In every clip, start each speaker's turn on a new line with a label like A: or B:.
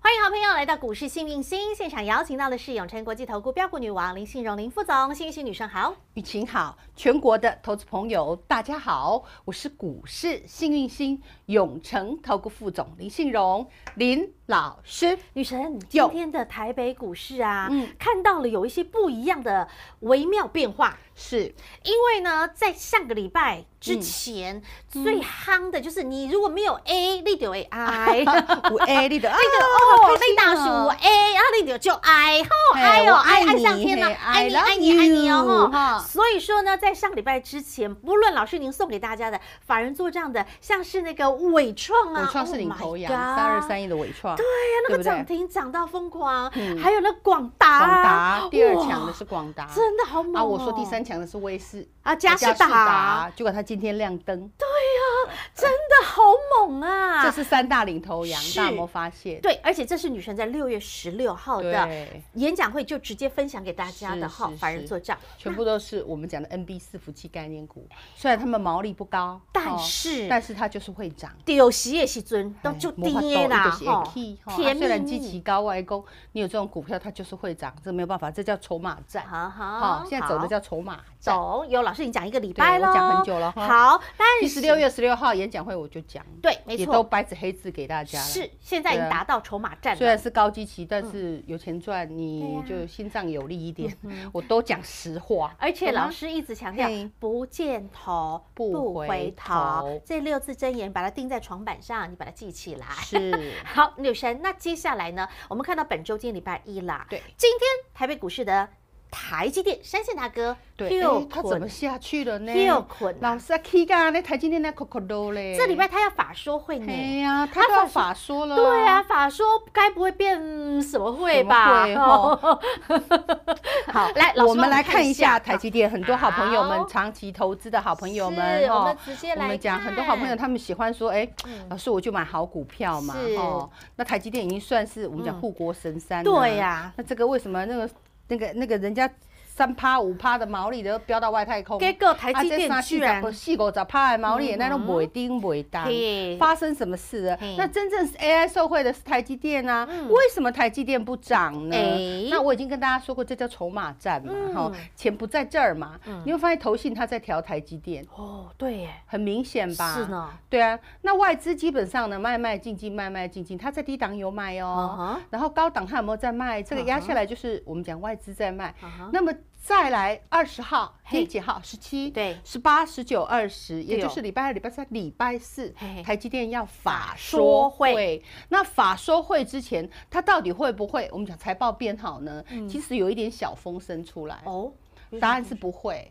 A: 好朋友来到股市幸运星现场，邀请到的是永诚国际投顾标股女王林信荣林副总，幸运星女神好。
B: 雨晴好，全国的投资朋友大家好，我是股市幸运星永诚投顾副总林信荣林老师。
A: 女神，
B: 有
A: 今天的台北股市啊，
B: 嗯
A: 看到了有一些不一样的微妙变化。
B: 是，
A: 因为呢，在上个礼拜之前、最夯的就是你如果没有 A，你就会 I。
B: 我爱你的，哎
A: 哦
B: 呦，，
A: 被大叔 A，然后你就就 I，吼 I 哦，
B: 哦我
A: 爱
B: 爱
A: 爱
B: 你
A: 上天了，
B: 嘿
A: 爱你
B: I
A: 爱你
B: love
A: 爱你哦
B: you，
A: 吼！
B: 哈
A: 所以说呢，在上个礼拜之前，不论老师您送给大家的法人做账的，像是那个伟创啊，
B: 伟创是
A: Oh
B: 领
A: my
B: 头羊，
A: God
B: 三二三一的伟创，
A: 哎
B: 对
A: 呀，那
B: 对
A: 个
B: 不对
A: 涨停涨到疯狂，
B: 嗯
A: 还有那广达啊，
B: 广达第二
A: 哇
B: 强的是广达，
A: 真的好猛
B: 啊，我说
A: 哦
B: 第三强的是威士
A: 啊嘉士达，，
B: 结果他今天亮灯，
A: 真的好猛啊！
B: 这是三大领头羊，
A: 是
B: 大家有没有发现？
A: 对，而且这是女神在六月十六号的
B: 对，
A: 演讲会就直接分享给大家的
B: 是
A: 哈，
B: 是
A: 法人
B: 是
A: 做账，
B: 全部都是我们讲的 NB 伺服器概念股，虽然他们毛利不高，
A: 但
B: 哦
A: 是
B: 但是它就是会涨。
A: 有时也是尊，都
B: 哎
A: 就
B: 没法度
A: 跌啦
B: 它就是
A: 哈
B: 会起，吼啊
A: 甜
B: 虽然
A: 蜜
B: 基
A: 蜜
B: 期。高，外公，你有这种股票，它就是会涨，这没有办法，这叫筹码战。
A: 好好
B: 好，，现在走的
A: 啊好
B: 叫筹码战。
A: 懂，有老师你讲一个礼
B: 对
A: 拜
B: 我
A: 咯
B: 讲很久了哈
A: 好，但
B: 其
A: 是
B: 实六月十六号演讲会我就讲，
A: 对，没
B: 也都
A: 错，
B: 白纸黑字给大家了。
A: 是现在已经
B: 对啊
A: 达到筹码战
B: 虽
A: 了
B: 然。是高基期，但是有钱赚，你
A: 对呀嗯
B: 就心脏有力一点。我都讲实话，
A: 而且
B: 懂吗
A: 老师一直强调
B: 嗯嘿
A: “不见头
B: 不
A: 回
B: 回
A: 头
B: 头”
A: 这六字真言，把它钉在床板上，你把它记起来。
B: 是
A: 好，女神，那接下来呢？我们看到本周今天礼拜一啦，
B: 对
A: 今天台北股市的台积电、山县大哥
B: 对。
A: 又
B: 哎它怎么
A: 捆
B: 下去了呢？
A: 又捆啊？
B: 老师啊，K 干那台积电那 Coco 多嘞，
A: 这礼拜他要法说会
B: 哎
A: 呢。
B: 呀，
A: 他
B: 他都要
A: 法
B: 法说了，
A: 对啊，，法说该不会变嗯什么会吧？哦
B: 什么
A: 好，来，老师
B: 我们 来看一下台
A: 帮我
B: 积电，很多好朋友
A: 好
B: 们长期投资的好朋友们哦
A: 是我们直接
B: 我
A: 来
B: 们讲
A: 看
B: 很多好朋友他们喜欢说，哎
A: 嗯，
B: 老师我就买好股票嘛
A: 是，
B: 哦，那台积电已经算是我们讲
A: 嗯
B: 护国神山，啊
A: 对呀，
B: 那这个为什么那个那个那个人家三趴五趴的毛利都飙到外太空？啊
A: 看结果台积电居然嗯
B: 四五十趴的毛利，那都袂顶袂当啊
A: 嘿，
B: 发生什么事了
A: 嘿？嗯
B: 那真正是 AI 受惠的是台积电啊，为什么台积电不涨呢
A: 哎？
B: 那我已经跟大家说过，这叫筹码战嘛，哈
A: 嗯，
B: 钱不在这儿嘛，你会发现投信它在调台积电，
A: 哦，对耶，
B: 很明显吧？
A: 是呢。
B: 对啊，那外资基本上呢，卖卖进进，卖卖进进，它在低档有买哦
A: 嗯哼
B: 然后高档它有没有在卖？这个压下来就是我们讲外资在卖。
A: 嗯哼
B: 那么再来二十号、
A: 嘿
B: 第几号？十七、
A: 对
B: 十八、十九、二十，也
A: 对哦
B: 就是礼拜二、礼拜三、礼拜四
A: 嘿嘿，
B: 台积电要法
A: 说
B: 说会。那法说会之前，它到底会不会我们讲财报变好呢？其实有一点小风声出来，
A: 嗯哦
B: 答案是不会。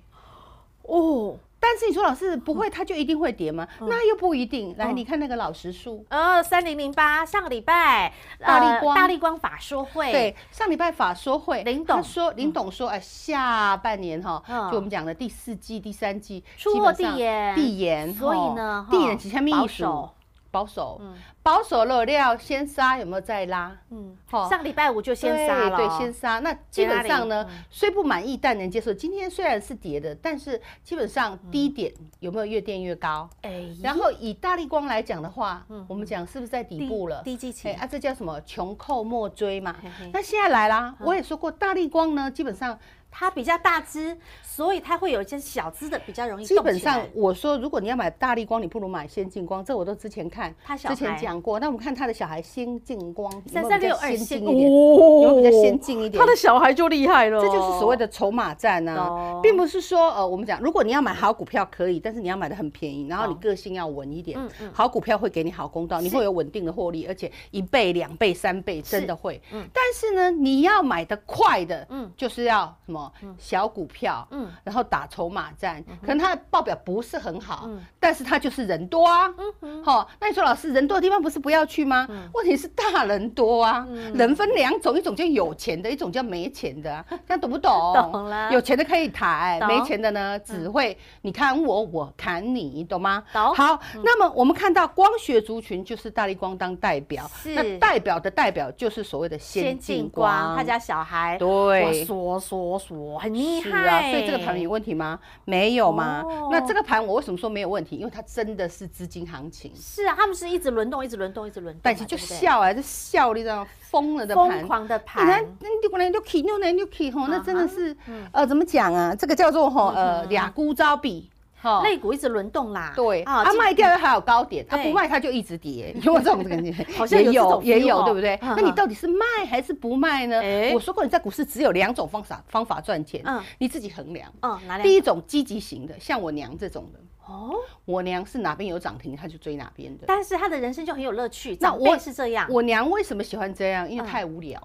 A: 哦，
B: 但是你说老师不
A: 嗯
B: 会，它就一定会跌吗？那又不一定。来，你看那个老实数，
A: 呃，三零零八上个礼拜
B: 大
A: 呃
B: 力光
A: 大力光法说会，
B: 对，上礼拜法说会，
A: 哎林董
B: 他说林董说，哎，下半年哈
A: 嗯，
B: 就我们讲的第四季、第三季，
A: 出
B: 基
A: 货
B: 本上
A: 递延
B: 递延，
A: 所以
B: 吼
A: 呢
B: 递
A: 吼
B: 延几下面
A: 保
B: 保
A: 守
B: 守，保守，保守漏料先杀有没有再拉？
A: 嗯，
B: 吼
A: 上个礼拜五就先
B: 对
A: 杀了，
B: 对，先杀。那基本上呢
A: 给他，
B: 虽不满意但能接受。今天虽然是跌的，但是基本上
A: 嗯
B: 低点有没有越垫越高？
A: 哎，
B: 然后以大力光来讲的话，
A: 嗯
B: 我们讲是不是在底部了？
A: 低低基期
B: 哎啊，这叫什么？穷寇莫追嘛
A: 嘿嗯嘿。
B: 那现在来啦，我也说过，大力光呢，基本上
A: 它比较大只，所以它会有一些小只的比较容易
B: 基
A: 动
B: 本
A: 起来
B: 上我说，如果你要买大力光，你不如买先进光，这我都之前看
A: 他，小孩
B: 之前讲过。那我们看他的小孩先进光，有
A: 三
B: 没有
A: 三
B: 比较
A: 六二
B: 先
A: 先
B: 进一点，
A: 有
B: 有没有比较先进一点
A: 他。的小孩就厉害了，
B: 这就是所谓的筹码战啊
A: 哦懂，
B: 并不是说呃，我们讲，如果你要买好股票可以，但是你要买的很便宜，然后你
A: 懂
B: 个性要稳一点
A: 嗯嗯，
B: 好股票会给你好公道，你会有稳定的获利，而且一倍、两倍、三倍，真的会。但是呢，你要买的快的，
A: 嗯
B: 就是要什么小股票，
A: 嗯
B: 然后打筹码战，可能它的报表不是很好
A: 嗯，
B: 但是它就是人多啊，好，那你说老师人多的地方不是不要去吗？
A: 嗯
B: 问题是大人多啊，人分两种，一种叫有钱的，一种叫没钱 的啊，这样懂不懂？
A: 懂了
B: 有钱的可以抬，
A: 懂嗯
B: 没钱的呢只会你看我，我砍你，懂吗？
A: 懂嗯
B: 好，那么我们看到光学族群就是大力光当代表，
A: 是
B: 那代表的代表就是所谓的
A: 先
B: 先
A: 进
B: 进
A: 光，
B: 光，
A: 他家小孩
B: 对
A: 哇说说所，很厉
B: 是
A: 害。
B: 啊，所以这个盘有问题吗？没有嘛。
A: 哦
B: 那这个盘我为什么说没有问题？因为它真的是资金行情。
A: 是啊，他们是一直轮动，一直轮动，一直轮动嘛，
B: 但是就
A: 对不对
B: 笑啊，就笑你知道吗疯了的盘
A: 疯。狂的
B: 你看
A: 盘，，
B: 那六来六起，六来六起吼，那真的是
A: 嗯，
B: 呃，怎么讲啊？这个叫做吼，呃，俩孤招比，哈
A: 肋骨一直轮动啦。
B: 对，
A: 哦啊，
B: 啊
A: 今
B: 卖掉还有高点，他不
A: 对
B: 卖他就一直跌， 有没有这种感觉？
A: 好像有
B: 也
A: 这种 feel
B: 也有，
A: 哦
B: 对不对？
A: 嗯
B: 那你
A: 嗯
B: 到底是卖还是不卖呢
A: 哎？
B: 我说过，你在股市只有两种方法方法赚钱
A: 嗯，
B: 你自己衡量。
A: 哦，哪
B: 第
A: 里？
B: 一种积极型的，像我娘这种的，
A: 哦，
B: 我娘是哪边有涨停，她就追哪边的。
A: 但是他的人生就很有乐趣。
B: 那
A: 长
B: 我
A: 辈是这样，
B: 我娘为什么喜欢这样？因为太 无聊，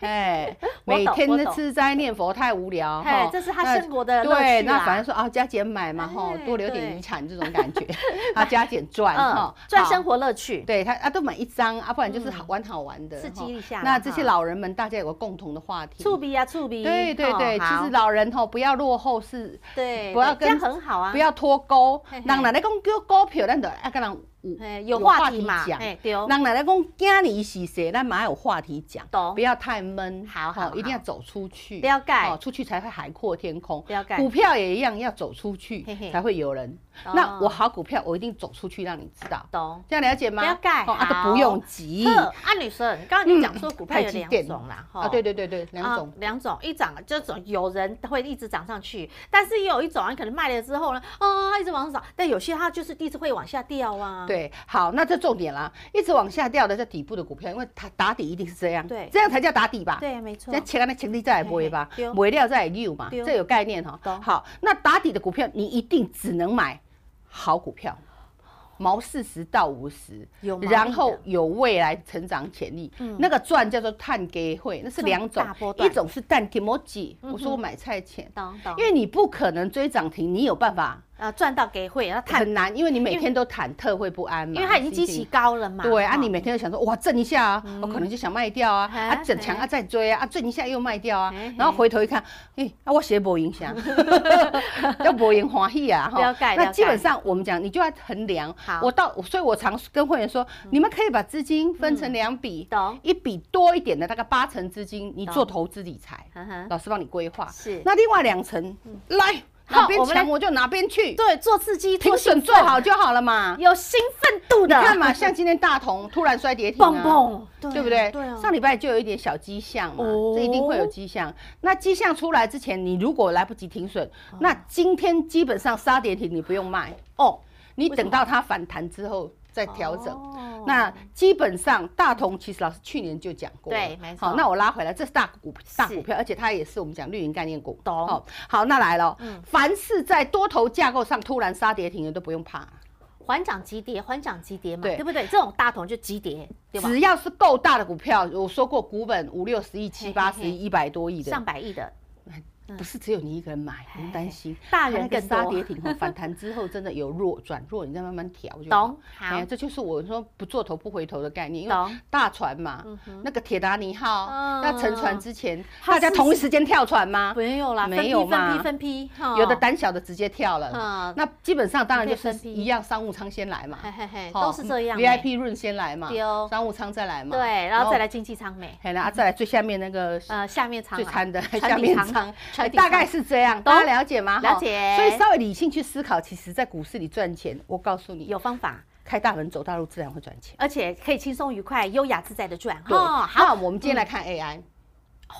B: 哎，
A: 嗯我
B: 每
A: 懂
B: 天
A: 我
B: 的
A: 懂
B: 吃斋念佛太无聊，
A: 哎
B: 哈
A: 这是她
B: 那
A: 生活的乐
B: 对，
A: 趣
B: 那
A: 啦
B: 反正说啊，加减买嘛，哈，
A: 哎
B: 多留点
A: 对
B: 遗产这种感觉， 啊，加减赚，
A: 嗯
B: 哈，，
A: 赚
B: 好
A: 生活乐趣。
B: 对他啊，都买一张啊，不然就是好
A: 嗯
B: 玩好玩的，
A: 刺激
B: 哈
A: 一下啦
B: 那这些
A: 哈
B: 老人们，大家有个共同的话题。
A: 触鼻啊，触鼻。
B: 对对
A: 哦
B: 对，其
A: 好
B: 实老人吼不要落后是，
A: 对，
B: 不要
A: 对这样
B: 跟
A: 很好啊，
B: 不要脱钩。
A: 嘿嘿
B: 人奶奶讲叫股票，咱就要跟人有
A: 哎有话题嘛，哎，对哦，
B: 人奶奶讲今年是谁，咱嘛要有话题讲，
A: 懂
B: 不要太闷，
A: 好好
B: 吼一定要
A: 好
B: 走出去，
A: 了解
B: 哦出去才会海阔天空。
A: 了解
B: 股票也一样，要走出去
A: 嘿嘿
B: 才会有人。
A: 哦
B: 那我好股票，我一定走出去让你知道，
A: 懂。
B: 这样了解吗？
A: 了解
B: 哦啊都
A: 好
B: 不用急。
A: 呵，啊，女生，刚刚你讲说股票有
B: 台积
A: 两
B: 嗯电
A: 种啦，
B: 啊，对对对对，两种
A: 啊。两种，一涨就总有人会一直涨上去，但是也有一种啊，可能卖了之后呢，啊，一直往上涨，但有些它就是一直会往下掉啊。，
B: 对，好，那这重点啦，一直往下掉的叫底部的股票，因为它打底一定是这样，
A: 对
B: 这样才叫打底吧？，
A: 对，没错
B: 那。钱安的情力再也不会吧
A: 嘿嘿对，
B: 没料再也溜嘛，
A: 对
B: 这有概念哈哦
A: 懂。
B: 好，那打底的股票你一定只能买好股票，毛四十到五十
A: 有，毛利的嗯
B: 然后有未来成长潜力，那个赚叫做碳给会，那是两
A: 这种
B: 种
A: 大波，段嗯
B: 一种是蛋 t i m o j 我说我买菜前，
A: 懂懂
B: 因，为你不可能追涨停，你有办法
A: 啊，赚到给会，然后探，
B: 很难，因为你每
A: 因为
B: 天都忐忑会不安嘛，
A: 因为它已经基
B: 心情
A: 期高了嘛。
B: 对啊，
A: 哈嗯
B: 你每天都想说哇震一下啊，我可能就想卖掉啊，啊
A: 嘿
B: 整强啊再追啊，啊震一下又卖掉啊
A: 嘿嘿，
B: 然后回头一看，哎啊我写无影 响， 要无影欢喜啊
A: 了解了
B: 那
A: 解
B: 基本上我们讲，你就要衡量
A: 好。
B: 我到，所以我常跟会员说，你们可以把资金分成两笔，
A: 懂，
B: 一笔多一点的大概八成资金，你
A: 懂
B: 做投资理财，
A: 呵呵
B: 老师帮你规划。
A: 嗯是。嗯
B: 那另外两成，来
A: 好
B: 哪边
A: 我们来
B: 强我就哪边去，
A: 对，做刺激，
B: 停
A: 做兴
B: 损
A: 奋
B: 做好就好了嘛。
A: 有兴奋度的，
B: 你看嘛，像今天大同突然摔跌停、啊，
A: 蹦蹦，
B: 对不对？
A: 对啊，
B: 上礼拜就有一点小迹象嘛，
A: 哦
B: 这一定会有迹象。那迹象出来之前，你如果来不及停损，
A: 哦
B: 那今天基本上杀跌停你不用卖哦，你
A: 为什么
B: 等到它反弹之后再调整。
A: 哦
B: 那基本上大同其实老师去年就讲过了，
A: 对没错
B: 好，那我拉回来，这是大股大
A: 是
B: 股票，而且它也是我们讲绿营概念股。
A: 懂
B: 好，好，那来了
A: 嗯，
B: 凡是在多头架构上突然杀跌停的都不用怕。啊
A: 缓涨急跌，缓涨急跌嘛，
B: 对
A: 对不对？这种大同就急跌，对吧？
B: 只要是够大的股票，我说过股本五六十亿、七八十
A: 嘿
B: 亿、一百多亿
A: 上
B: 的，
A: 百亿的
B: 不是只有你一个人买，不用担心。
A: 大
B: 它那
A: 人
B: 个
A: 更
B: 杀
A: 多，
B: 跌停 后反弹之后，真的有弱转弱，你再慢慢调就好。
A: 懂？
B: 哎呀
A: 好，
B: 这就是我说不做头不回头的概念，因为
A: 懂。
B: 大船嘛，那个铁达尼号，
A: 嗯
B: 那沉船之前，
A: 它
B: 大家
A: 是
B: 同一时间跳船吗？
A: 没有啦，
B: 啊没有
A: 分
B: 嘛
A: 批分批分批，哈
B: 有的胆小的直接跳了啦
A: 哦嗯，
B: 那基本上当然
A: 你
B: 就
A: 可以
B: 是
A: 分批
B: 一样，商务舱先来嘛，
A: 嘿嘿嘿，
B: 哦
A: 都是这样欸。
B: ，VIP 润先来嘛
A: 对哦，
B: 商务舱再来嘛，哦
A: 对，然后再来经济舱美，
B: 嘿啦，然后啊再来最下面那个
A: 呃，下面舱
B: 最
A: 啦，
B: 惨的
A: 船
B: 下
A: 底
B: 面
A: 舱
B: 舱，哎
A: 船底
B: 大概
A: 舱
B: 是这样，
A: 懂
B: 大家了解吗？
A: 了
B: 哈
A: 解
B: 所以稍微理性去思考，其实，在股市里赚钱，我告诉你，
A: 有方法，
B: 开大门走大路，自然会赚钱。
A: 而且可以轻松愉快、优雅自在的赚。
B: 对，
A: 哈，哦好，嗯
B: 那我们今天来看 AI，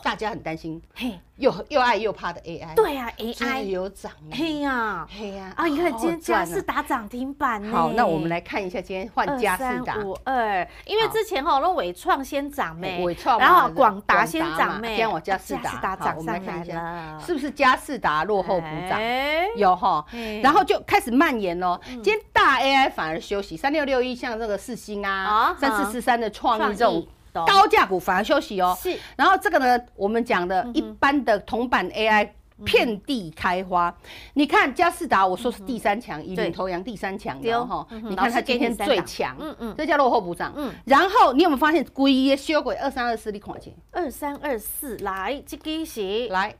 B: 大家很担心，
A: 嘿，
B: 又又爱又怕的 AI，，
A: 对啊
B: 真的
A: ，AI，
B: 有涨欸，
A: 嘿呀，
B: 嘿呀，
A: 啊，你看
B: 好
A: 今天
B: 赚
A: 家
B: 哦
A: 是打涨停板呢。
B: 好，那我们来看一下今天换家
A: 二
B: 是
A: 三
B: 打
A: 五二，因为
B: 好哦
A: 之前吼，那伟创先涨没，
B: 伟创嘛，
A: 然后
B: 是
A: 广达先
B: 嘛啊
A: 涨
B: 今
A: 没，啊
B: 天我家是
A: 士
B: 达，
A: 达
B: 好
A: 涨
B: 我们
A: 上
B: 来看
A: 来
B: 一下，
A: 了，
B: 是不是佳士达落后补涨？
A: 哎
B: 有哈
A: 嘿，
B: 然后就开始蔓延喽。
A: 嗯
B: 今天大 AI 反而休息，三六六一像这个四星啊
A: 啊，
B: 三四四三的创
A: 创
B: 意这种
A: 意懂
B: 高价股反而休息哦。
A: 是
B: 然后这个呢，我们讲
A: 嗯
B: 的一般的铜板 AI 遍地开花。你看佳士达，我说是第三强，以
A: 嗯对
B: 领头羊第三强
A: 对
B: 的
A: 哦
B: 哈
A: 嗯。哼
B: 你看
A: 老
B: 它
A: 师给
B: 今
A: 你
B: 天
A: 三
B: 最
A: 档
B: 强，
A: 嗯嗯
B: 这叫落后补涨。
A: 嗯
B: 然后你有没有发现，龟耶修鬼二三二四你看见？
A: 二三二四来，这个是
B: 来，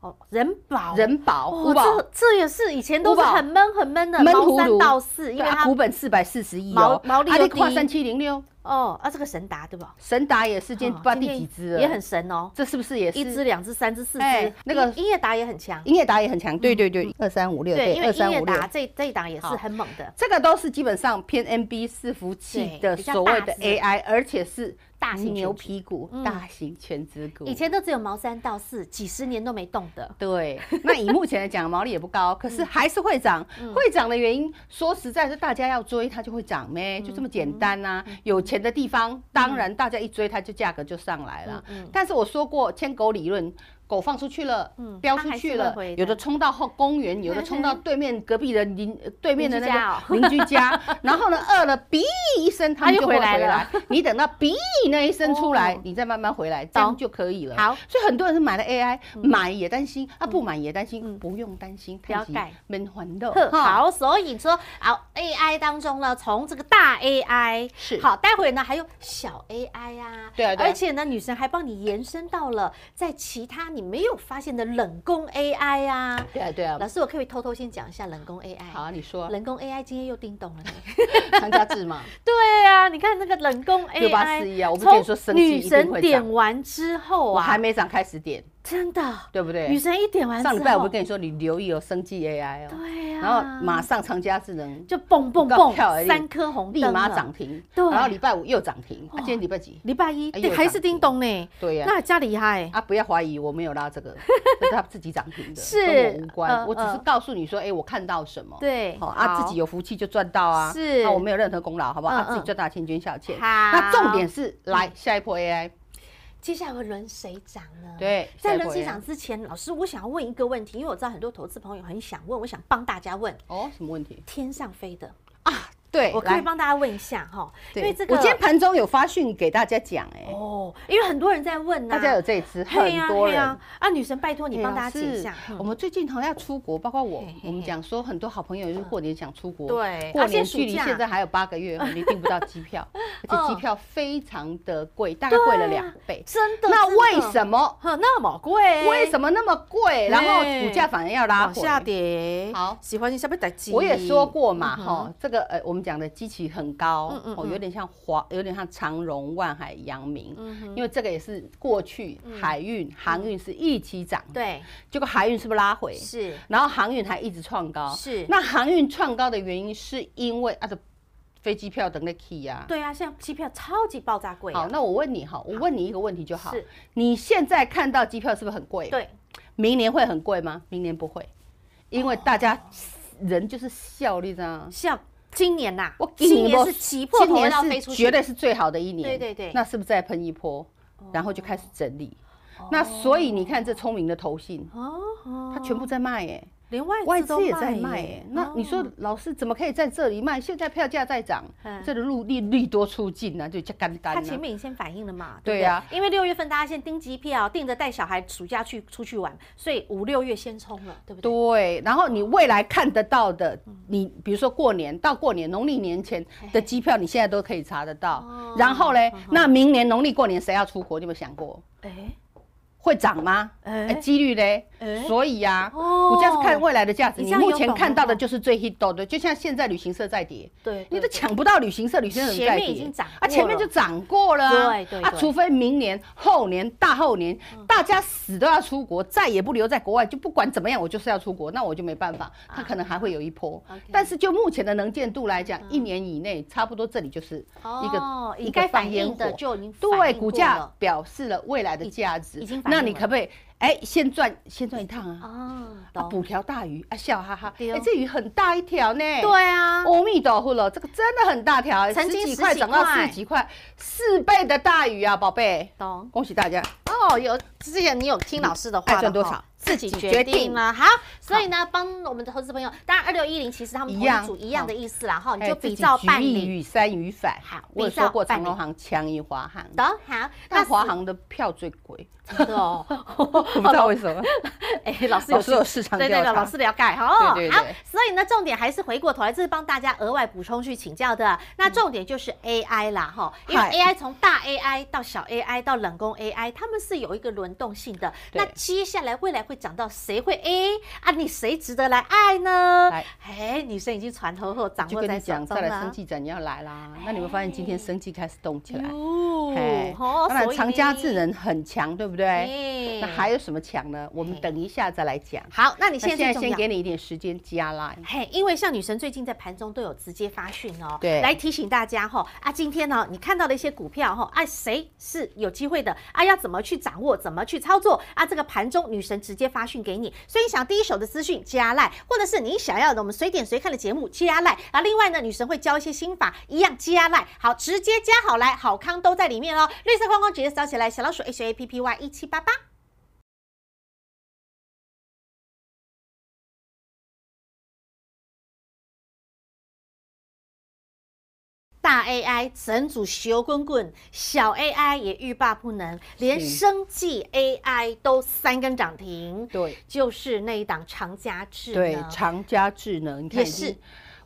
A: 哦，人保，
B: 人保、
A: 哦
B: 股，保、
A: 这这也是以前都是
B: 古堡
A: 很闷很闷的，
B: 闷
A: 毛
B: 葫
A: 三
B: 芦
A: 到四，因
B: 对
A: 为
B: 啊，
A: 它
B: 股本四百四十亿
A: 毛
B: 哦，
A: 毛利
B: 啊
A: 又
B: 你跨
A: 低
B: 三七零六，
A: 哦啊这个神达对吧？
B: 神达也是今天
A: 哦
B: 不知道第
A: 今天
B: 几只了，
A: 也很，神哦，
B: 这是不是也是
A: 一只、两只、三只、四
B: 哎
A: 只，
B: 那个
A: 音音乐达也很强，
B: 英业达也很强，对对对，二三五六，
A: 嗯因为
B: 二
A: 音
B: 三
A: 乐
B: 五六。
A: 达这这一档也是
B: 好
A: 很猛的，
B: 这个都是基本上偏 NB 伺服器
A: 对
B: 的
A: 比较
B: 所谓
A: 大
B: 的
A: 只
B: AI，而且是
A: 大型
B: 牛
A: 全
B: 皮股、
A: 嗯
B: 大型全资股。
A: 以前都只有毛三到四，几十年都没动的。
B: 对， 那以目前来讲，毛利也不高，可
A: 嗯
B: 是还是会涨。会涨的原因，说实在是大家要追，它就会涨
A: 嗯
B: 呗，就这么简单呐、有钱的地方，当然大家一追，它就价格就上来了。但是我说过，牵狗理论。狗放出去了，
A: 嗯
B: 飙
A: 它
B: 出
A: 还
B: 去
A: 是会
B: 了
A: 回，的嗯
B: 有的冲到后公园，有的冲到对面隔壁的邻对面的
A: 邻居家哦
B: 那个邻 居家，然后呢饿了，哔一声，它
A: 它
B: 们
A: 就
B: 就会
A: 回
B: 回
A: 来
B: 来
A: 了。
B: 你等到哔那一声出来
A: 哦，
B: 你再慢慢回来，这样
A: 懂
B: 就可以了。
A: 好，
B: 所以很多人是买了 AI，、买也担心，啊不买也担心，
A: 嗯
B: 不用担心，
A: 了解
B: 闷还乐。
A: 呵
B: 哈，
A: 好，所以说好 AI 当中呢，从这个大 AI
B: 是
A: 好，待会呢还有小 AI 啊，
B: 对啊对啊
A: 而且呢，女神还帮你延伸到了在其他你没有发现的冷宫 AI 啊。
B: 对啊对啊，
A: 老师，我可不可以偷偷先讲一下冷宫 AI。
B: 好，啊，你说
A: 冷宫 AI 今天又叮咚了呢。
B: 参加制 嘛，
A: 对啊，你看那个冷 宫 AI，
B: 6841啊我不跟你说生
A: 从
B: 气
A: 女
B: 一定会
A: 神
B: 涨
A: 点完之后
B: 我
A: 啊，
B: 还没涨开始点，
A: 真的，
B: 对不
A: 女
B: 对？
A: 神一点完之后，
B: 上礼拜我不跟你说，你留意有生技 AI 哦，
A: 啊对啊，
B: 然后马上长嘉智能
A: 就蹦蹦
B: 我
A: 蹦
B: 刚跳而已
A: 三颗红
B: 立
A: 灯
B: 马
A: 了
B: 涨停，
A: 对
B: 然后礼拜五又涨停，啊，今天礼拜几？
A: 礼拜一
B: 哎又
A: 还
B: 涨
A: 是叮咚呢，
B: 对呀，
A: 那加厉害。
B: 啊，不要怀疑，我没有拉 这个，这是他自己涨停的，
A: 是
B: 跟我无关。
A: 嗯
B: 我只是
A: 嗯
B: 告诉你说，哎，我看到什么。
A: 对，
B: 好啊，自己
A: 有
B: 有福气就赚到啊，
A: 是
B: 那我没有任何功劳，好不好？
A: 嗯
B: 啊，自己
A: 嗯
B: 赚大钱捐小钱。
A: 好
B: 那重点是来下一波 AI，
A: 接下来会轮谁涨呢？。
B: 对，
A: 在
B: 下一
A: 轮
B: 波
A: 谁
B: AI
A: 涨之前，老师，我想要问一个问题，因为我知道很多投资朋友很想问，我想帮大家问
B: 哦，什么问题？
A: 天上飞的，
B: 对
A: 我可以
B: 来，
A: 帮大家问一下哈，因
B: 对
A: 为这个
B: 我今天盘中有发讯给大家讲，哎，
A: 哦，因为很多人在问呐、
B: 大家有这一次，
A: 嘿
B: 很
A: 呀
B: 多
A: 嘿
B: 人
A: 呀。啊，女神，拜托你
B: 哎
A: 帮大家解一
B: 老
A: 下
B: 师，
A: 嗯
B: 我们最近好像要出国，包括我
A: 嘿嘿，
B: 我们
A: 嘿
B: 讲说很多好朋友就是过年想出国，
A: 对
B: 过
A: 啊先
B: 年
A: 暑
B: 距离
A: 假
B: 现在还有八个 月，你订不到机票，而且
A: 嗯
B: 机票非常的贵，大概贵了两倍。
A: 真的，
B: 那
A: 真的
B: 为什么
A: 呵那么贵？
B: 为什么那么贵？然后
A: 哎
B: 股价反而要拉
A: 往
B: 回。
A: 下跌？
B: 好
A: 喜欢你下面代志。
B: 我也说过嘛，
A: 嗯哼
B: 哈、这个呃，我们讲的基期很高，
A: 嗯嗯
B: 哦，
A: 嗯
B: 有点像华，有点像长荣、万海、阳明，
A: 嗯哼嗯
B: 因为这个也是过去海运、航运是一起涨，，
A: 对，
B: 结果海运是不是拉回？
A: 是
B: 然后航运还一直创高，
A: 是
B: 那航运创高的原因是因为啊，这飞机票等的 key 呀、
A: 对啊，现在机票超级爆炸贵、啊。
B: 好，那我问你哈，我问你一个问题就好
A: 是，
B: 你现在看到机票是不是很贵？
A: 对，
B: 明年会很贵吗？明年不会，因为大家人就是效率啊。
A: 像今年呐、
B: 我
A: 今年
B: 不
A: 是急迫
B: 今
A: 头
B: 年
A: 要飞出
B: 是
A: 去，
B: 绝对是最好的一年。
A: 对对对
B: 那是不是再喷一波，然后就开始整理？那所以你看这聪明的投信，
A: 哦，哦
B: 它全部在卖耶，
A: 连哦外
B: 外
A: 资都
B: 资也在卖
A: 耶
B: 耶。那你说
A: 哦
B: 老师怎么可以在这里卖？现在票价在涨
A: 嗯，
B: 这个利利利多出尽啊，就叫干
A: 他
B: 干
A: 前
B: 啊。
A: 面已经反映了嘛？
B: 对
A: 不
B: 啊
A: 因为六月份大家先订机票，订着带小孩暑假去出去玩，所以五六月先冲了，对不嗯对？
B: 对，然后你未来看得到的，你比如说过年到过年农历年前的机票，你现在都可以查得到
A: 哦。
B: 然后嘞
A: 好好，
B: 那明年农历过年谁要出国？你有没有想过
A: 哎
B: 会涨吗？哎，
A: 哎，
B: 几率嘞
A: 哎？
B: 所以啊呀，
A: 哦
B: 股价是看未来的价值。
A: 你
B: 你
A: 这样有
B: 目前
A: 懂
B: 看到的
A: 哦
B: 就是最 hit 的，就像现在旅行社在跌。
A: 对，
B: 你
A: 对
B: 都抢不到旅行社，旅行社
A: 前
B: 在
A: 面已
B: 跌
A: 经涨
B: 啊，前
A: 过
B: 面就
A: 了
B: 涨过了啊、
A: 对对对
B: 啊，
A: 嗯
B: 除非明年、后年、大后年，大家死都要出国，再也不留在国外，就不管怎么样，我就是要出国，那我就没办法，它可能还会有一波。
A: 啊 OK 嗯
B: 但是就目前的能见度来讲，一年以内差不多这里就是一个、
A: 哦
B: 一
A: 你
B: 个
A: 该
B: 放
A: 反
B: 烟
A: 应的
B: 火
A: 就已经反
B: 对
A: 应
B: 股
A: 过
B: 价
A: 了哦
B: 表示了未来的价值，
A: 已经反
B: 那
A: 应
B: 你
A: 了
B: 可不可以哎先赚先赚一趟啊？
A: 哦，
B: 啊，
A: 懂
B: 捕条大鱼啊，笑哈哈！
A: 对哦
B: 哎，这鱼很大一条呢。
A: 对啊，
B: 阿弥陀佛了，这个真的很大条，
A: 曾经
B: 十几
A: 十
B: 块
A: 几
B: 涨到
A: 块
B: 四十几块，四倍的大鱼啊，宝贝！
A: 懂。
B: 恭喜大家！
A: 哦，有之前你有听老师的
B: 嗯爱
A: 话的
B: 赚多
A: 哈
B: 少
A: 自己
B: 自己
A: 决
B: 决
A: 定
B: 定
A: 啦。好，所以呢，帮我们的投资朋友，当然二六一零其实他们
B: 一
A: 同一
B: 样
A: 组一样的意思啦，哈，你就
B: 哎自
A: 比
B: 己
A: 照
B: 举
A: 办
B: 一
A: 理。
B: 雨山雨反。
A: 好
B: 我有
A: 比照
B: 说过
A: 办
B: 长隆
A: 理
B: 行强于华航，
A: 懂好，
B: 但华
A: 是
B: 航的票最贵，
A: 真的哦，
B: 我不知道为什么。
A: 哎，老师有
B: 老师有市场
A: 对对
B: 调
A: 对，老
B: 查
A: 师，了解哈。
B: 对对对
A: 哦好，所以呢，重点还是回过头来，这是帮大家额外补充去请教的。那重点就是 AI 啦，哈，因为
B: 嗯嗨
A: AI 从大 AI 到小 AI 到冷宫 AI，它们是有一个轮动性的。
B: 对
A: 那接下来未来会讲到谁会 A 啊，你谁值得来爱呢
B: 来？
A: 哎，女生已经船头后掌
B: 就
A: 握
B: 跟你
A: 在手
B: 讲，
A: 中啊
B: 再来生
A: 了。
B: 技展你要来啦。那你会发现今天生技开始动起来，
A: 哟
B: 嘿，
A: 哦
B: 当然
A: 所以
B: 长家智能很强，对不对？
A: 哎
B: 那还有什么强呢？我们
A: 嘿
B: 等一下再来讲。
A: 好，那你
B: 那
A: 现
B: 现
A: 在最
B: 在
A: 重
B: 先
A: 要。
B: 给你一点时间加来。
A: 嘿，因为像女神最近在盘中都有直接发讯哦，
B: 对
A: 来提醒大家哈、啊，今天呢、你看到的一些股票哈、啊，谁是有机会的啊，要怎么去掌握，怎么去操作啊？这个盘中女神直接发讯给你，所以你想第一手的资讯加赖，或者是你想要的我们随点随看的节目加赖啊。另外呢，女神会教一些心法，一样加赖，好，直接加好来，好康都在里面哦。绿色框框直接扫起来，小老鼠 H A P P Y 一七八八。大 AI 整组修滚滚，小 AI 也欲罢不能，连
B: 是
A: 生技 AI 都三根涨停，
B: 对
A: 就是那一档长家智
B: 对，
A: 呢
B: 长家智能，你看
A: 也
B: 已经
A: 是。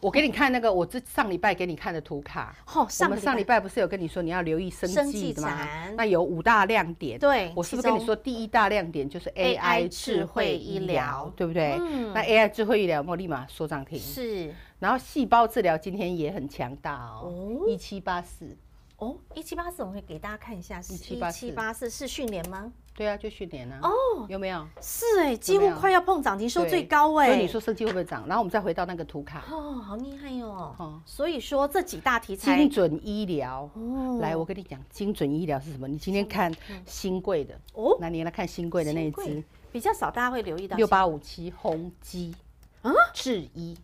B: 我给你看那个，我这上礼拜给你看的图卡，
A: 哦，
B: 我
A: 上个
B: 们上礼
A: 礼拜
B: 拜不是有跟你说你要留意生
A: 生技
B: 技的吗
A: 展？
B: 那有五大亮点。
A: 对，
B: 我是
A: 其
B: 不是跟你
A: 中
B: 说，第一大亮点就是
A: AI
B: AI
A: 智
B: 智
A: 慧
B: 慧
A: 医
B: 医
A: 疗
B: 疗，对不对？
A: 嗯
B: 那 AI 智慧医疗有没有立马说涨停？
A: 是
B: 然后细胞治疗今天也很强大哦
A: 哦，
B: 一七八四，
A: 哦，一七八四，我们会给大家看一下，是一七
B: 1784
A: 八四是训练吗？
B: 对啊，就去年啊，
A: 哦，
B: 有没有？
A: 是哎，几乎
B: 有
A: 快要碰涨停，收
B: 对
A: 最高哎，
B: 所以你说生技会不会涨？然后我们再回到那个图卡，
A: 哦，好厉害哦
B: 哦，
A: 所以说这几大题材
B: 精，准医疗。
A: 哦嗯
B: 来，我跟你讲，精准医疗是什么？你今天看新贵的，
A: 哦，
B: 那你来看新贵的那
A: 新
B: 一只
A: 贵比较少，大家会留意到
B: 六八五七宏基，
A: 啊
B: 嗯，智一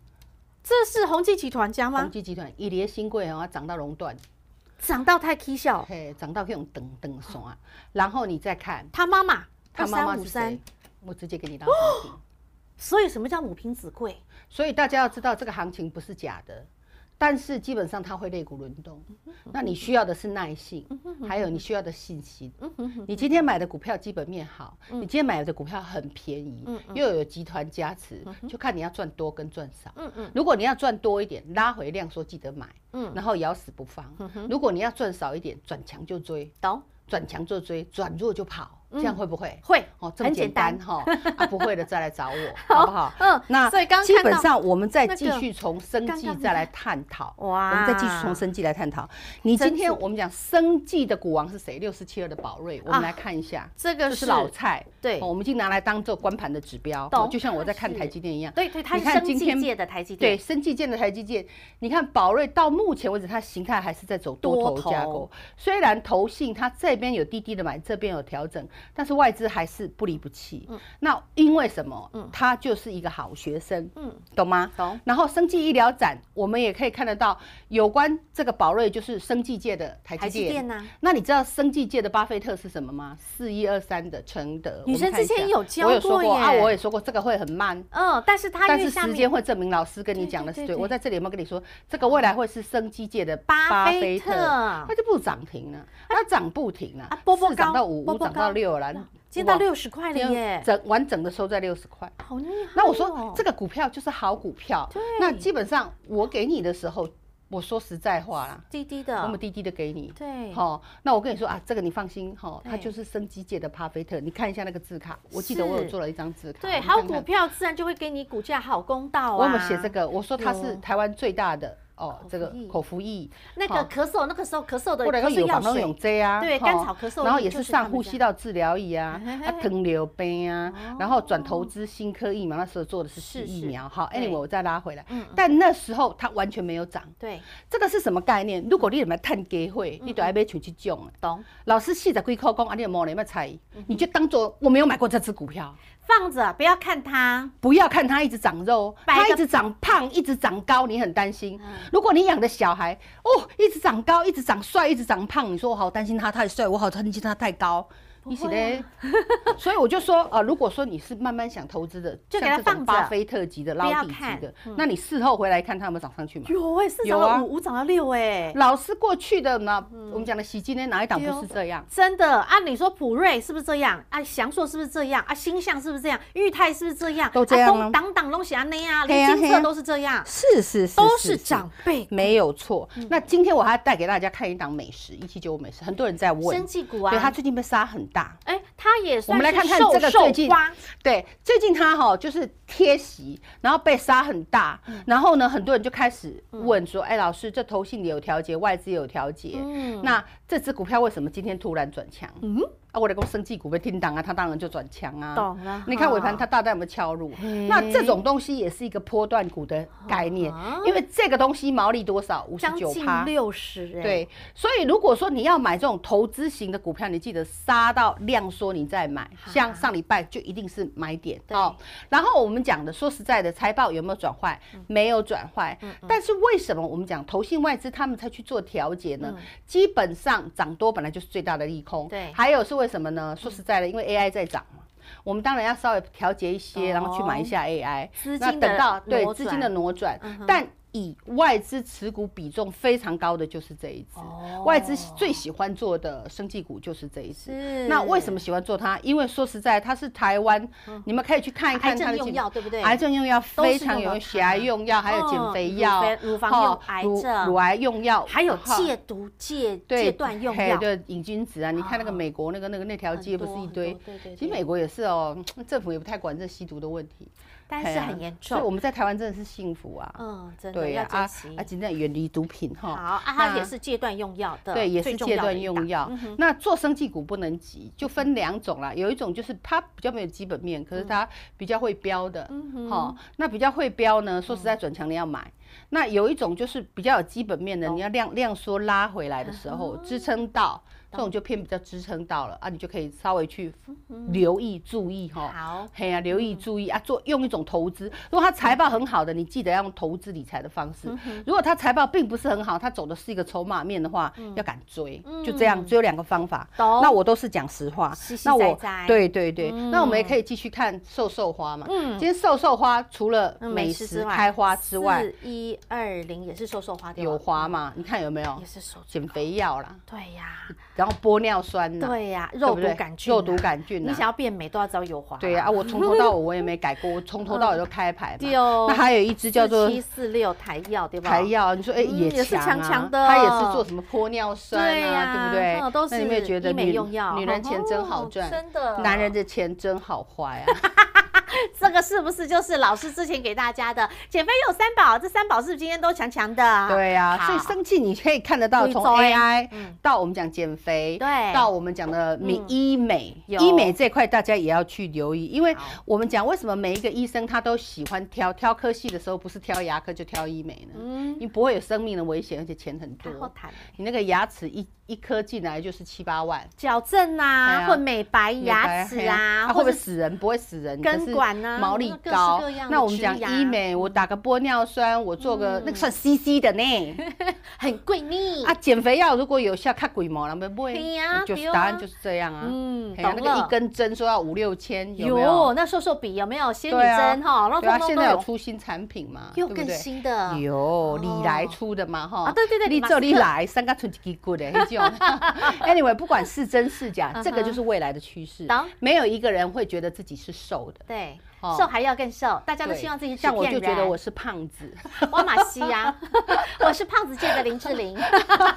A: 这是宏基集团家
B: 宏
A: 吗？
B: 基集团，一连新贵哦，它涨到熔断，
A: 涨到太 K 笑，
B: 嘿，涨到可以用等等爽
A: 哦
B: 啊。然后你再看
A: 他妈妈
B: 他妈妈是
A: 2353
B: 谁，我直接给你拉涨停。
A: 所以什么叫母凭子贵？
B: 所以大家要知道，这个行情不是假的，但是基本上它会肋骨轮动。
A: 嗯
B: 那你需要的是耐性，还有你需要的信心。你今天买的股票基本面好，
A: 嗯
B: 你今天买的股票很便宜，又有集团加持，就看你要赚多跟赚少。
A: 嗯嗯
B: 如果你要赚多一点，拉回量缩记得买，
A: 嗯
B: 然后咬死不放。如果你要赚少一点，转强就追，
A: 懂？
B: 转强就追，转弱就跑，这样会不会？
A: 会
B: 哦，这么
A: 嗯很简
B: 简单
A: 单
B: 哈、啊，不会的再来 找我，好不好？
A: 嗯
B: 那
A: 所以刚刚
B: 基
A: 看
B: 本
A: 到
B: 上我们再
A: 那
B: 继
A: 个
B: 续从生
A: 刚
B: 计
A: 刚
B: 再来探讨，
A: 哇
B: 我们再继续
A: 啊
B: 从生计来探讨。你今
A: 真
B: 天
A: 是
B: 我们讲生计的股王是谁？六四七二的宝瑞，我
A: 啊
B: 们来看一下，
A: 这个
B: 这
A: 是
B: 是老蔡，
A: 对
B: 哦我们已经拿来当做关盘的指标，哦
A: 懂
B: 就像我在看
A: 是
B: 台积电一样，
A: 对对，它
B: 你
A: 是
B: 看
A: 生
B: 今
A: 技
B: 天
A: 界的台积电，
B: 对，生技建的台积建，你看宝瑞到目前为止，它形态还是在走多
A: 多
B: 头
A: 头
B: 架构。虽然投信它这边有低低的买，这边有调整，但是外资还是不离不弃。
A: 嗯
B: 那因为什么？它就是一个好学生，
A: 嗯
B: 懂吗？
A: 懂。
B: 然后生技医疗展，我们也可以看得到有关这个宝瑞就是生技界的台
A: 台
B: 积
A: 积
B: 电。
A: 电啊呐，
B: 那你知道生技界的巴菲特是什么吗？四一二三的承德，
A: 女
B: 我们
A: 生
B: 看一
A: 之前
B: 下
A: 有教
B: 我有说
A: 过
B: 过啊，
A: 耶
B: 我也说过这个会很慢，
A: 嗯，但是它
B: 但
A: 因
B: 是
A: 为下
B: 时
A: 面
B: 间会证明老师跟你
A: 对
B: 讲的
A: 对
B: 是
A: 对
B: 对。我
A: 对
B: 在这里有没有跟你说，这个未来会是生机界的
A: 巴
B: 巴
A: 菲
B: 菲特
A: 特，啊
B: 它就不涨停了，它涨不停了
A: 啊，波波
B: 四涨
A: 高
B: 到五，
A: 波
B: 五
A: 波
B: 涨到
A: 高
B: 六了，
A: 今天到
B: 哇
A: 六十块了耶，
B: 整完整的收在六十块。
A: 好厉害哦！
B: 那我说这个股票就是好股票
A: 对，
B: 那基本上我给你的时候，我说实在话啦，
A: 滴滴
B: 那么
A: 的，
B: 低低的给你。
A: 啊对，
B: 好、那我跟你说啊，这个你放心哈、哦，它
A: 对
B: 就是生机界的巴菲特。你看一下那个字卡，我记得我有
A: 是
B: 做了一张字卡。
A: 对，
B: 你
A: 好
B: 看
A: 股
B: 看
A: 票自然就会给你股价好公道啊。
B: 我有没有写这个？我说它
A: 有
B: 是台湾最大的哦
A: 口，
B: 这个
A: 服液
B: 口服液，
A: 那个
B: 好
A: 咳嗽，那个时候咳嗽的
B: 或者
A: 咳
B: 说
A: 嗽
B: 有
A: 药
B: 防冻
A: 水嗯
B: 泳，剂啊，
A: 对
B: 哈
A: 甘草咳嗽
B: 然后
A: 液
B: 也
A: 就是是他
B: 上
A: 们
B: 呼
A: 家
B: 吸道治疗液啊
A: 嘿嘿，哦
B: 啊糖尿病啊，然后转投资新科疫苗，那时候做的是
A: 是
B: 是疫
A: 是
B: 苗，好
A: 对
B: ，anyway 我再拉回来
A: 嗯，
B: 但那时候它完全没有涨，
A: 对，
B: 这个是什么概念？如果你有没有探机会，你就要买像这种的。
A: 懂，嗯
B: 老师细仔龟扣工啊，你有没有你有没有猜？你就当做我没有买过这只股票。
A: 放着不要看它，
B: 不要看它一直长肉，哦
A: 摆一个嗯
B: 它一直长胖，一直长高，你很担心。如果你养的小孩哦，一直长高，一直长帅，一直长胖，你说我好担心他太帅，我好担心他太高。你
A: 会
B: 写
A: 啊
B: 的， 所以我就说，呃，如果说你是慢慢想投资的，
A: 就给它
B: 像这
A: 放
B: 种
A: 着
B: 巴菲特级的、
A: 不要
B: 捞底级
A: 看嗯
B: 的，那你事后回来看它有没有涨上去嘛？
A: 有哎，四涨
B: 有啊
A: 到五，五涨到六哎，
B: 老师过去的呢，我们讲的喜今天哪一档不是这样？
A: 真的按你说普瑞是不是这样？啊，翔硕是不是这样？啊，星象是不是这样？裕泰是不是这样？
B: 都这样啊
A: 啊，党党东西啊那啊，
B: 嘿
A: 连
B: 啊
A: 金
B: 嘿
A: 策
B: 啊
A: 都是这样，
B: 是是是，嗯
A: 都是长辈
B: 没有错。那今天我还要带给大家看一档美食，一七九五美食，很多人在问
A: 生。技股啊
B: 对，。它最近被杀很大。
A: 哎，它它也
B: 我
A: 算
B: 们来看
A: 是
B: 看
A: 受
B: 这个
A: 受
B: 最近
A: 瓜，
B: 对，最近它哈、就是贴息，然后被杀很大，然后呢，很多人就开始问说，哎、老师，这投信也有调节，外资也有调节，
A: 嗯
B: 那这只股票为什么今天突然转强？
A: 嗯，
B: 啊，我的公生技股被听档啊，它当然就转强啊。
A: 懂了哈。
B: 你看尾盘它大概有没有敲入
A: 嘿？
B: 那这种东西也是一个波段股的概念
A: 啊，
B: 因为这个东西毛利多少？五十
A: 将
B: 九
A: 近
B: 趴。
A: 六十，哎，
B: 对，所以如果说你要买这种投资型的股票，你记得杀到量缩你再买，像上礼拜就一定是买点哦
A: 对。
B: 然后我们讲的，说实在的，财报有没有转坏？
A: 嗯
B: 没有转坏。但是为什么我们讲投信外资他们才去做调节呢？基本上涨多本来就是最大的利空。
A: 嗯对嗯
B: 还有是为什么呢？说实在的，因为 AI 在涨嘛。我们当然要稍微调节一
A: 哦
B: 些，然后去买一下 AI，
A: 资
B: 那
A: 金的
B: 等到对
A: 挪
B: 资金
A: 转
B: 的挪转
A: 嗯哼，
B: 但以外资持股比重非常高的就是这一只，
A: 哦
B: 外资最喜欢做的生技股就是这一
A: 是。
B: 只。
A: 嗯
B: 那为什么喜欢做它？因为说实在，它是台湾，你们可以去看一
A: 癌
B: 看它
A: 症
B: 的
A: 用
B: 进
A: 药对不对？
B: 癌症用药
A: 都是
B: 非常
A: 用到它
B: 有血癌用药，还有
A: 嗯
B: 减肥
A: 乳
B: 药
A: 肥、乳房
B: 哈
A: 用癌
B: 乳
A: 症
B: 乳癌用药，
A: 还有
B: 哦哈
A: 戒毒戒
B: 对
A: 戒断用
B: 嘿
A: 药，
B: 对瘾君子啊！你看那个美国那个那个那条
A: 很
B: 街不
A: 多
B: 是一
A: 很
B: 堆
A: 多？对对
B: 其实
A: 对
B: 美国也是哦，政府也不太管这吸毒的问题，
A: 但
B: 嘿
A: 是
B: 啊
A: 很严
B: 所以我
A: 重，
B: 们在台湾真的是幸福啊。
A: 嗯，真的
B: 对
A: 要
B: 呀，
A: 珍
B: 啊
A: 惜
B: 啊，。尽量远离毒品
A: 好
B: 哈。
A: 啊，它也
B: 那
A: 是戒断用药的，
B: 对，也
A: 最
B: 是
A: 重
B: 戒
A: 要的
B: 断
A: 一嗯
B: 用
A: 档
B: 药。那做生技股不能急，就分两种啦。有一种就是它比较没有基本面，可是它比较会标的，
A: 嗯
B: 好，那比较会标呢，说实在转强你要买。那有一种就是比较有基本面的，你要量量缩拉回来的时候
A: 哦
B: 支撑到，这种就偏比较支撑到了啊，你就可以稍微去
A: 嗯
B: 留意注意哈。
A: 好，
B: 嘿啊，留意注意啊，做用一种投资。如果他财报很好的，你记得要用投资理财的方
A: 嗯
B: 式；如果他财报并不是很好，他走的是一个筹码面的话，
A: 嗯
B: 要敢追，就这样，只有两个方法。
A: 懂
B: 那我都是讲实话
A: 哦实实，
B: 那
A: 在
B: 我
A: 在
B: 对对对，那我们也可以继续看瘦瘦花嘛。
A: 嗯
B: 今天瘦瘦花除了
A: 嗯
B: 美食开花之外，
A: 四一二零也是瘦瘦花对吧
B: 有花嘛？你看有没有
A: 也是瘦，
B: 减肥药啦，
A: 对呀，
B: 然后玻尿酸啦，
A: 对呀，
B: 对
A: 肉
B: 不
A: 毒
B: 对
A: 杆菌啊，
B: 肉毒杆菌
A: 你
B: 啦
A: 想。要变美都要找有花，
B: 对呀、啊，我从头到尾我也没改过，我从头到尾都开牌嘛。
A: 对哦
B: 那还有一只叫做
A: 七四六台药对吧？
B: 台药，你说哎、
A: 嗯也
B: 也
A: 是
B: 强、啊、
A: 强强的
B: 它也是做什么玻尿酸啊，
A: 对
B: 对,、
A: 呀
B: 不对？
A: 嗯都是
B: 那你有没有觉得
A: 医美
B: 女
A: 用药
B: 女人钱真好
A: 哦
B: 赚，
A: 真的
B: 男人的钱真好花呀、
A: 这个是不是就是老师之前给大家的减肥有三宝？这三宝是不是今天都强强的？
B: 对呀、
A: 好
B: 所以生气你可以看得到，
A: 注意
B: 从
A: 做
B: AI
A: 嗯
B: 到我们讲减肥，
A: 对
B: 到我们讲的美
A: 嗯
B: 医美，
A: 有
B: 医美这块大家也要去留意，因为
A: 好
B: 我们讲为什么每一个医生他都喜欢挑挑科系的时候，不是挑牙科就挑医美呢？
A: 嗯，
B: 你不会有生命的危险，而且钱很
A: 太后
B: 多。
A: 谈
B: 你那个牙齿一一颗进来就是七八万，
A: 矫正
B: 哎
A: 啊，
B: 呀
A: 或美白
B: 对
A: 牙
B: 啊
A: 齿
B: 嘿啊
A: 啊，
B: 啊会
A: 或
B: 不会
A: 者
B: 死人？不会死人，
A: 根
B: 可是
A: 管啊
B: 毛利
A: 各式
B: 高
A: 各样。的
B: 那我们
A: 植
B: 讲
A: 牙嗯
B: 医美，我打个玻尿酸，我做个那个算 CC 的呢。
A: 很贵腻
B: 啊，减肥药如果有效，看鬼毛了没不
A: 嘿呀
B: 会，就
A: 对
B: 是
A: 啊
B: 答案就是这样啊。
A: 嗯
B: 嘿啊
A: 懂
B: 那个
A: 了
B: 一根针说要五六千，有没有
A: 有？那瘦瘦笔有没有仙女
B: 对啊
A: 针哈？那
B: 对啊，
A: 通通
B: 现
A: 都
B: 在有
A: 有，
B: 出新产品嘛？
A: 又
B: 对不
A: 更
B: 对
A: 新的。
B: 有
A: 哦
B: 李来出的嘛哈
A: 啊对对对
B: 你
A: 马斯克
B: 这里来三个存一支骨的 迄种。Anyway，不管是真是
A: 嗯
B: 假，这个就是未来的趋势
A: 懂。
B: 没有一个人会觉得自己是瘦的，
A: 对，
B: 哦
A: 瘦还要更瘦，大家都
B: 对
A: 希望自己是
B: 像我
A: 骗
B: 就觉得
A: 人
B: 我是胖子。
A: 我马西呀，我是胖子界的林志 玲，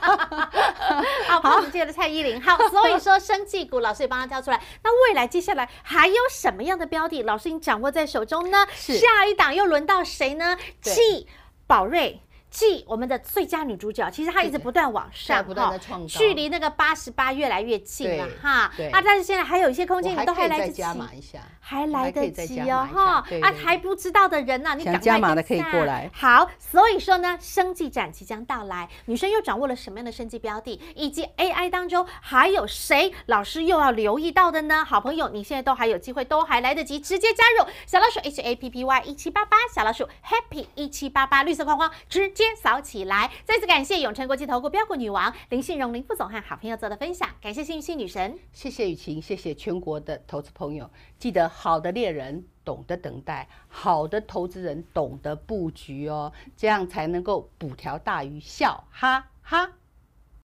A: 好，胖子界的蔡依林，好，所以说生技股老师也帮他挑出来。那未来接下来还有什么样的标的，老师你掌握在手中呢？
B: 是
A: 下一档又轮到谁呢？
B: 对
A: 继宝瑞。继我们的最佳女主角，其实她一直
B: 对对
A: 不断往上，
B: 对不断
A: 哈
B: 地创高
A: 距离那个八十八越来越近了
B: 对
A: 哈。
B: 对
A: 啊，但是现在还有一些空
B: 我
A: 间，你
B: 还
A: 都
B: 可
A: 还
B: 以
A: 来
B: 再
A: 得及，
B: 加码一下，
A: 还来
B: 可
A: 得
B: 以再
A: 及
B: 加
A: 哦
B: 码一下
A: 哈！
B: 对
A: 啊
B: 对，对
A: 还不知道的人呢、你
B: 想
A: 赶快
B: 加码的
A: 跟
B: 可以
A: 上
B: 过来
A: 好，所以说呢，生技展即将到来，女生又掌握了什么样的生技标的，以及 AI 当中还有谁老师又要留意到的呢？好朋友，你现在都还有机会，都还来得及，直接加入小老鼠 H A P P Y 一七八八，小老鼠 Happy 一七八八，绿色框框直接扫起来。再次感谢永诚国际投顾标股女王林信荣林副总和好朋友做的分享，感谢幸运星女神。
B: 谢谢雨晴，谢谢全国的投资朋友。记得好的猎人懂得等待，好的投资人懂得布局哦，这样才能够捕条大鱼，笑哈哈。